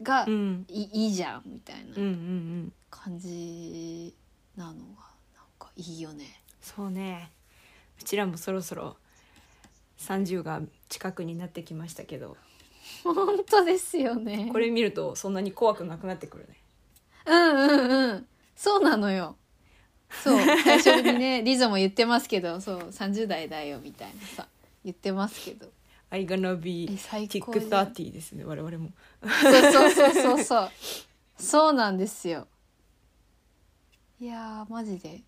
S1: が
S2: う
S1: い,、
S2: ん
S1: いいじゃんみたい
S2: うんうんう
S1: なん感じなのがなんかいいよね。
S2: そうねうちらもそろそろ30が近くになってきましたけど
S1: 本当ですよね。
S2: これ見るとそんなに怖くなくなってくるね
S1: うんうんうん。そうなのよ。そう。最初に ね、リゾも言ってますけど、そう、30代だよみたいなさ、言ってます けど。
S2: 「I gonna
S1: え、
S2: be
S1: 最高じゃん
S2: tick30」ですね我々も
S1: そうそうそうそうそう。そうなんですよ。いやー、マジで。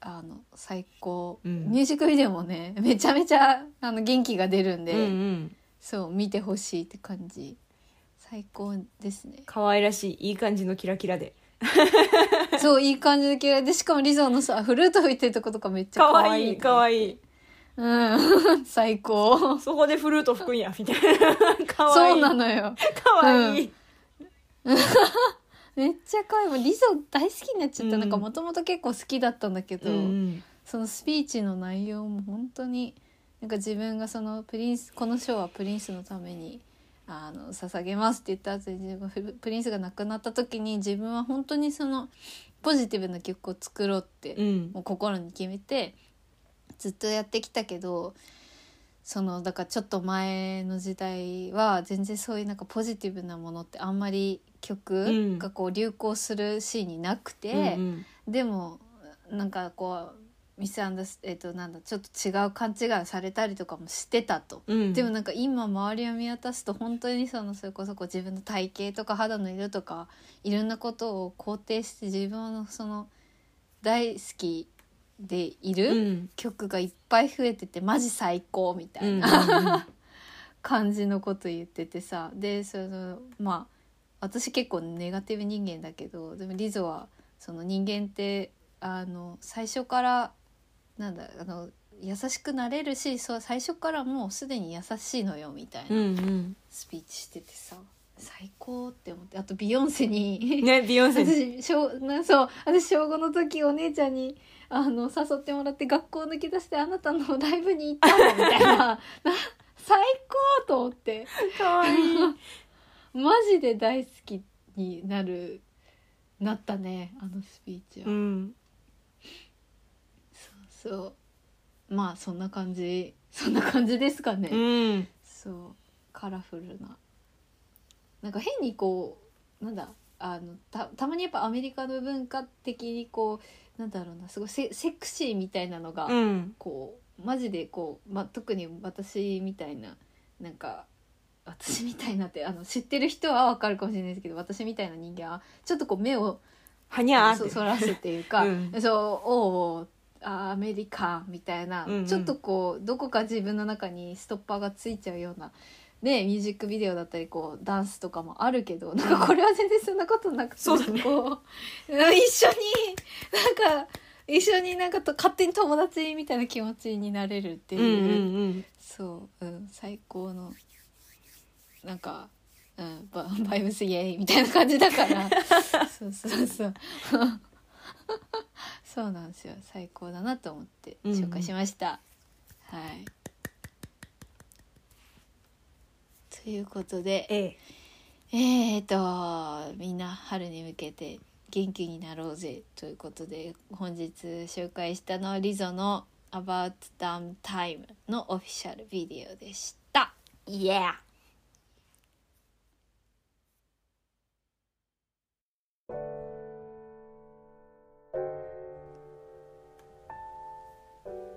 S1: あの、最高。
S2: うん
S1: ミュージックビデオもね、めちゃめちゃ、あの、元気が出るんで、
S2: うんうん
S1: そう、見てほしいって感じ。最高ですね。
S2: 可愛らしいいい感じのキラキラで
S1: そういい感じで嫌いでしかもリゾのさフルート吹いてるとことかめっちゃ
S2: 可
S1: 可
S2: 愛
S1: 愛
S2: い
S1: い
S2: 可愛い
S1: うん 最高
S2: そこでフルート吹くんやみたいな可愛い
S1: そうなのよ
S2: 可愛い、
S1: めっちゃ可愛いもうリゾ大好きになっちゃった、
S2: うん
S1: なんかもともと結構好きだったんだけど、
S2: うん
S1: そのスピーチの内容も本当になんか自分がそのプリンスこの賞はプリンスのためにあの捧げますって言った後に自分フプリンスが亡くなった時に自分は本当にそのポジティブな曲を作ろうって
S2: うん
S1: もう心に決めてずっとやってきたけどそのだからちょっと前の時代は全然そういうなんかポジティブなものってあんまり
S2: うん
S1: 曲がこう流行するシーンになくて、
S2: うん
S1: でもなんかこうミスアンダースえっ、となんだちょっと違う勘違いをされたりとかもしてたと。
S2: うん、
S1: でもなんか今周りを見渡すと本当にそのそれこそこう自分の体型とか肌の色とかいろんなことを肯定して自分のその大好きでいうる
S2: ん
S1: 曲がいっぱい増えててマジ最高みた
S2: う
S1: い
S2: ん
S1: な感じのこと言っててさでそのまあ私結構ネガティブ人間だけどでもリゾはその人間ってあの最初からなんだあの優しくなれるしそう最初からもうすでに優しいのよみたい
S2: うんう
S1: なんスピーチしててさ最高って思ってあとビヨンセ
S2: うん
S1: に、
S2: ねビヨンセ に
S1: 私小なそう私小5の時お姉ちゃんにあの誘ってもらって学校抜け出してあなたのライブに行ったのみたい なな最高と思って。
S2: 可愛い
S1: マジで大好きになるなったねあのスピーチは、
S2: うん
S1: そうまあそんな感じそんな感じですかね、
S2: うん
S1: そうカラフルななんか変にこうなんだあのたたまにやっぱアメリカの文化的にこうなんだろうなすごいセセクシーみたいなのが、
S2: うん
S1: こうマジでこう、まあ、特に私みたいななんか私みたいなってあの知ってる人はわかるかもしれないですけど私みたいな人間はちょっとこう目を
S2: はにゃー
S1: そ
S2: って
S1: そらすっていうか、
S2: うん
S1: そうおうおうあーアメリカみたいな、
S2: うんうん
S1: ちょっとこうどこか自分の中にストッパーがついちゃうような。ね、ミュージックビデオだったりこうダンスとかもあるけどなんかこれは全然そんなことなくて
S2: そうだね
S1: こううん一緒になんか一緒になんかと勝手に友達みたいな気持ちになれるって
S2: う
S1: い
S2: ん
S1: う、
S2: うんうん
S1: そう、うん、最高のなんか、うん、ババイブスイエーイみたいな感じだから そうそうそうそうなんですよ最高だなと思って
S2: うんうん
S1: 紹介しました、はいということで
S2: え
S1: えー、とみんな春に向けて元気になろうぜということで本日紹介したのはリゾの「About Damn Time」のオフィシャルビデオでした。
S2: イエー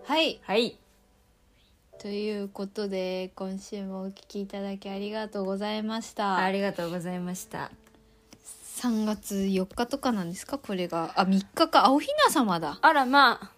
S1: はい
S2: はい
S1: ということで今週もお聞きいただきありがとうございました
S2: ありがとうございました
S1: 3月4日とかなんですかこれがあ3日か青ひな様だ
S2: あらまあ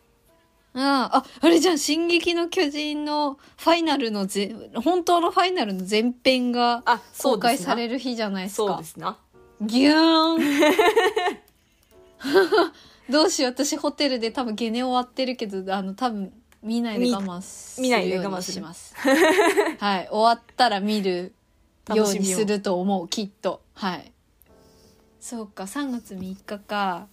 S1: うんああれじゃん「進撃の巨人」のファイナルのぜ本当のファイナルの前編が
S2: あそ
S1: 公
S2: うで
S1: 開
S2: す
S1: さ
S2: な
S1: れる日じゃないです
S2: そう
S1: か
S2: ですな
S1: ギューン どうしよう私ホテルで多分ゲネ終わってるけどあの多分見ないで我慢す
S2: 見
S1: る
S2: 見ないで
S1: よう
S2: 我慢
S1: に
S2: する
S1: します はい終わったら見るようにすると思うきっとはいそうか3月3日か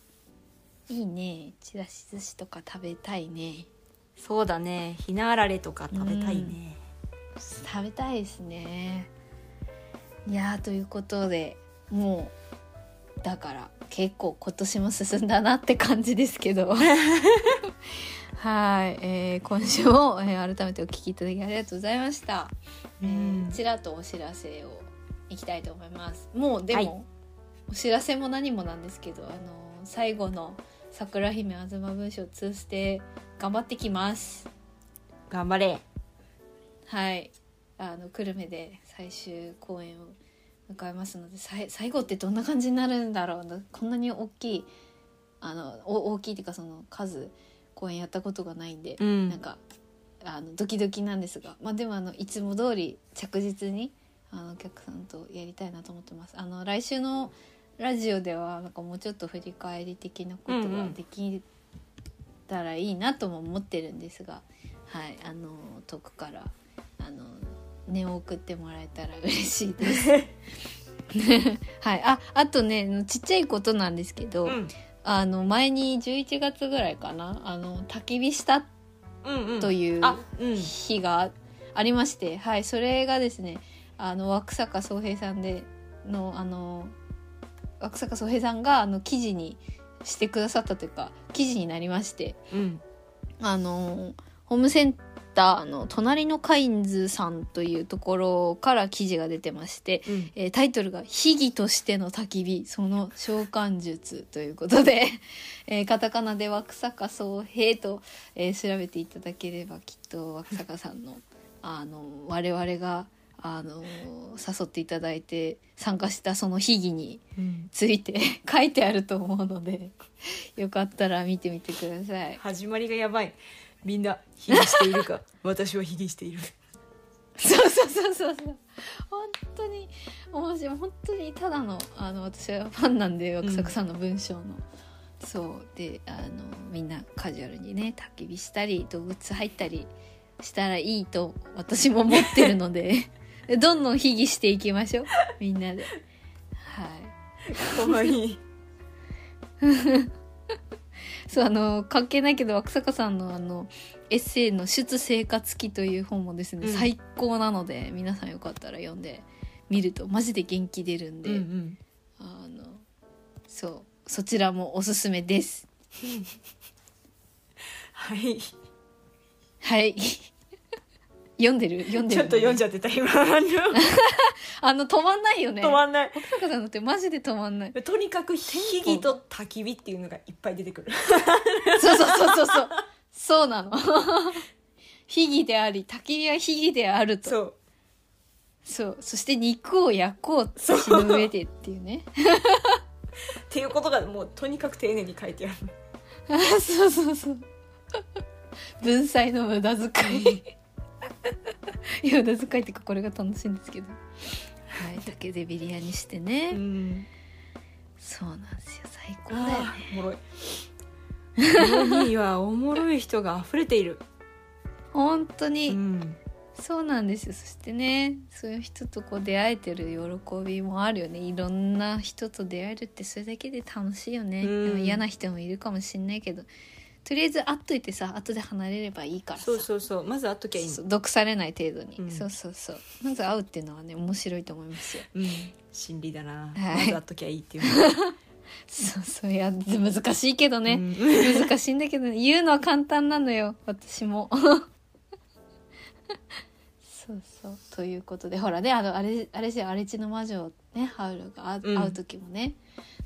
S1: いいねちらし寿司とか食べたいね
S2: そうだねひなあられとか食べたいね
S1: 食べたいですねいやーということでもうだから結構今年も進んだなって感じですけ どはい、えー今週も、えー改めてお聞きいただきありがとうございました、えーちらっとお知らせをいきたいと思いますもうでも、
S2: はい
S1: お知らせも何もなんですけどあの最後の「桜姫東文章通ステ頑張ってきます
S2: 頑張れ
S1: はいあの久留米で最終公演を迎えますのでさい最後ってどんな感じになるんだろうなこんなに大きいあのお大きいっていうかその数公演やったことがないんで、
S2: ん
S1: なんかあのドキドキなんですが、まあ、でもあのいつも通り着実にあのお客さんとやりたいなと思ってます。あの来週のラジオではなんかもうちょっと振り返り的なこと
S2: うんう
S1: が
S2: ん
S1: できたらいいなとも思ってるんですが、はいあの遠くからあの念を送ってもらえたら 嬉しいです。はい、ああとねちっちゃいことなんですけど、
S2: うん
S1: あの前に11月ぐらいかなあの焚き火したって
S2: うんうん
S1: という
S2: あうん
S1: 日がありまして、はい、それがですねあの涌坂宗平さんでのあの涌坂宗平さんがあの記事にしてくださったというか記事になりまして
S2: うん
S1: あのホームセンターの隣のカインズさんというところから記事が出てまして、
S2: うん
S1: えータイトルが「秘技としての焚き火その召喚術」ということで、 えーカタカナで「涌坂宗平と」えー調べていただければきっと涌坂さんのあの我々があの誘っていただいて参加したその秘技に
S2: うん
S1: ついて 書いてあると思うのでよかったら見てみてください。
S2: 始まりがやばいみんなヒゲしている か私はヒゲしている
S1: そうそうそうそうそう本当に面白い本当にただのあの私はファンなんで
S2: ん
S1: ワクサクさんの文章の、そうであのみんなカジュアルにね焚き火したり動物入ったりしたらいいと私も思ってるのでどんどん非議していきましょうみんなではい。
S2: かわいい
S1: そうあの関係ないけど若坂さんのあのエッセイの「出生活記」という本もですね、
S2: うん
S1: 最高なので皆さんよかったら読んでみるとマジで元気出るんで、
S2: うん
S1: あのそうそちらもおすすめです。
S2: はい
S1: はい 読んでる読んで
S2: ち
S1: る
S2: ょっと読んじゃってた今
S1: ゃ
S2: あの
S1: あの止まんないよね
S2: 止まんない
S1: 若坂さんのってマジで止まんない
S2: とにかくヒギと焚き火っていうのがいっぱい出てくる
S1: そうそうそうそうそうそうなの秘技であり焚き火は秘技であると
S2: そう
S1: そうそして肉を焼こう
S2: そう
S1: 火の上でっていうね
S2: っていうことがもうとにかく丁寧に書いてある
S1: あそうそうそう文才の無駄遣いいや無駄遣いっていうかこれが楽しいんですけどはい竹でビリヤにしてね、
S2: ん
S1: そうなんですよ最高だよね
S2: あーおもろい世にはおもろい人が溢れている、
S1: 本当に、
S2: うん、
S1: そうなんですよそしてねそういう人とこう出会えてる喜びもあるよねいろんな人と出会えるってそれだけで楽しいよね、
S2: うん
S1: でも嫌な人もいるかもしんないけどとりあえず会っといてさ後で離れればいいからさ
S2: そうそうそうまず会っときゃいいの
S1: そう毒されない程度に、
S2: うん
S1: そうそうそうまず会うっていうのはね面白いと思いますよ
S2: うん心理だな、
S1: はい
S2: まず会っときゃいいっていう
S1: そうそういや難しいけどね、
S2: ね、
S1: 難しいんだけど、ね、言うのは簡単なのよ私もそうそうということでほらねあのあれあれじゃ荒地の魔女ねハウルがあ
S2: うん
S1: 会う時もね、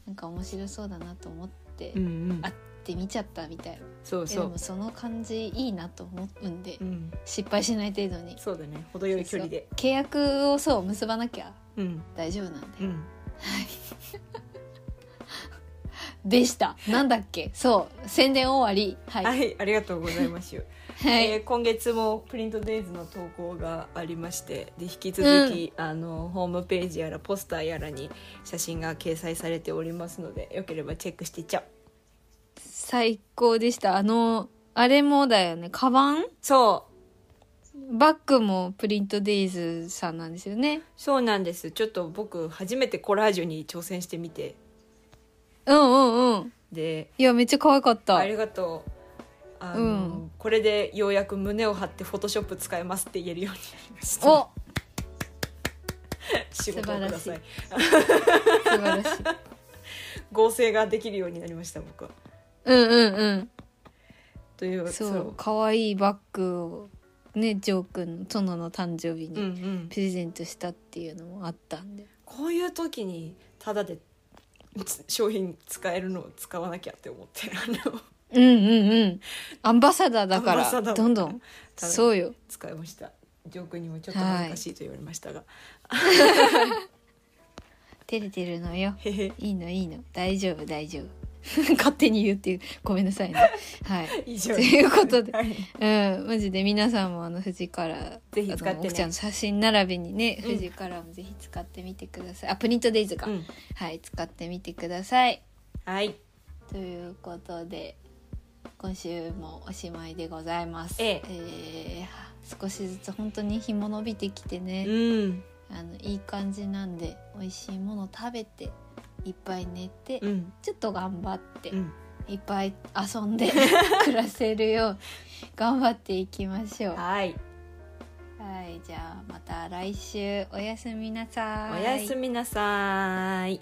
S1: なんか面白そうだなと思って、
S2: うん、うんうん
S1: 会って見ちゃったみたい
S2: そう
S1: えで
S2: そ
S1: も
S2: う、
S1: その感じいいなと思うんで、
S2: うん、
S1: 失敗しない程度に
S2: そうだね程よい距離で
S1: 契約をそう結ばなきゃ
S2: うん
S1: 大丈夫なんで
S2: うん
S1: でしたなんだっけそう宣伝終わりは
S2: はいい、ありがとうございます、
S1: はい
S2: えー今月もプリントデイズの投稿がありましてで引き続き、あのホームページやらポスターやらに写真が掲載されておりますのでよければチェックしていっちゃう
S1: 最高でしたあのあれもだよねカバン
S2: そう
S1: バッグもプリントデイズさんなんですよね。
S2: そうなんですちょっと僕初めてコラージュに挑戦してみて
S1: うんうんうん。
S2: で
S1: いや、めっちゃ可愛かった
S2: あ。りがとうあの、
S1: うん
S2: これでようやく胸を張ってフォトショップ使えますって言えるようになりました
S1: お、
S2: 仕事をください
S1: 素素晴らしい
S2: 合成ができるようになりました僕は
S1: うんうん
S2: という
S1: うんそう可愛いバッグをねジョー君の園の誕生日
S2: うんう
S1: に
S2: ん、
S1: プレゼントしたっていうのもあったんで、
S2: こういう時にただでつ商品使えるのを使わなきゃって思って あの
S1: うん、うんうんアンバサダーだか
S2: アンバサ
S1: ら
S2: ダー
S1: どんどん
S2: ただ
S1: そうよ
S2: 使いましたジョー君にもちょっと恥ずかしいと言われましたが、
S1: 照れてるのよ
S2: へ へ
S1: いいのいいの大丈夫大丈夫 勝手に言うっていうごめんなさいねはい
S2: 以上
S1: ということで
S2: はい
S1: うん、マジで皆さんもあの富士から
S2: ぜひ使ってね
S1: あの奥ちゃんの写真並びにね、
S2: ん
S1: 富士からもぜひ使ってみてくださいあプリントデイズか、
S2: うん
S1: はい使ってみてください
S2: はい
S1: ということで今週もおしまいでございます
S2: ええ
S1: えー少しずつ本当に日も伸びてきて
S2: う
S1: ね、
S2: ん
S1: あのいい感じなんで美味しいもの食べていっぱい寝て、
S2: うん
S1: ちょっと頑張って、
S2: うん
S1: いっぱい遊んで 暮らせるよう頑張っていきましょう。
S2: はい
S1: はい、じゃあまた来週おやすみなさ
S2: お
S1: い。
S2: やすみなさーい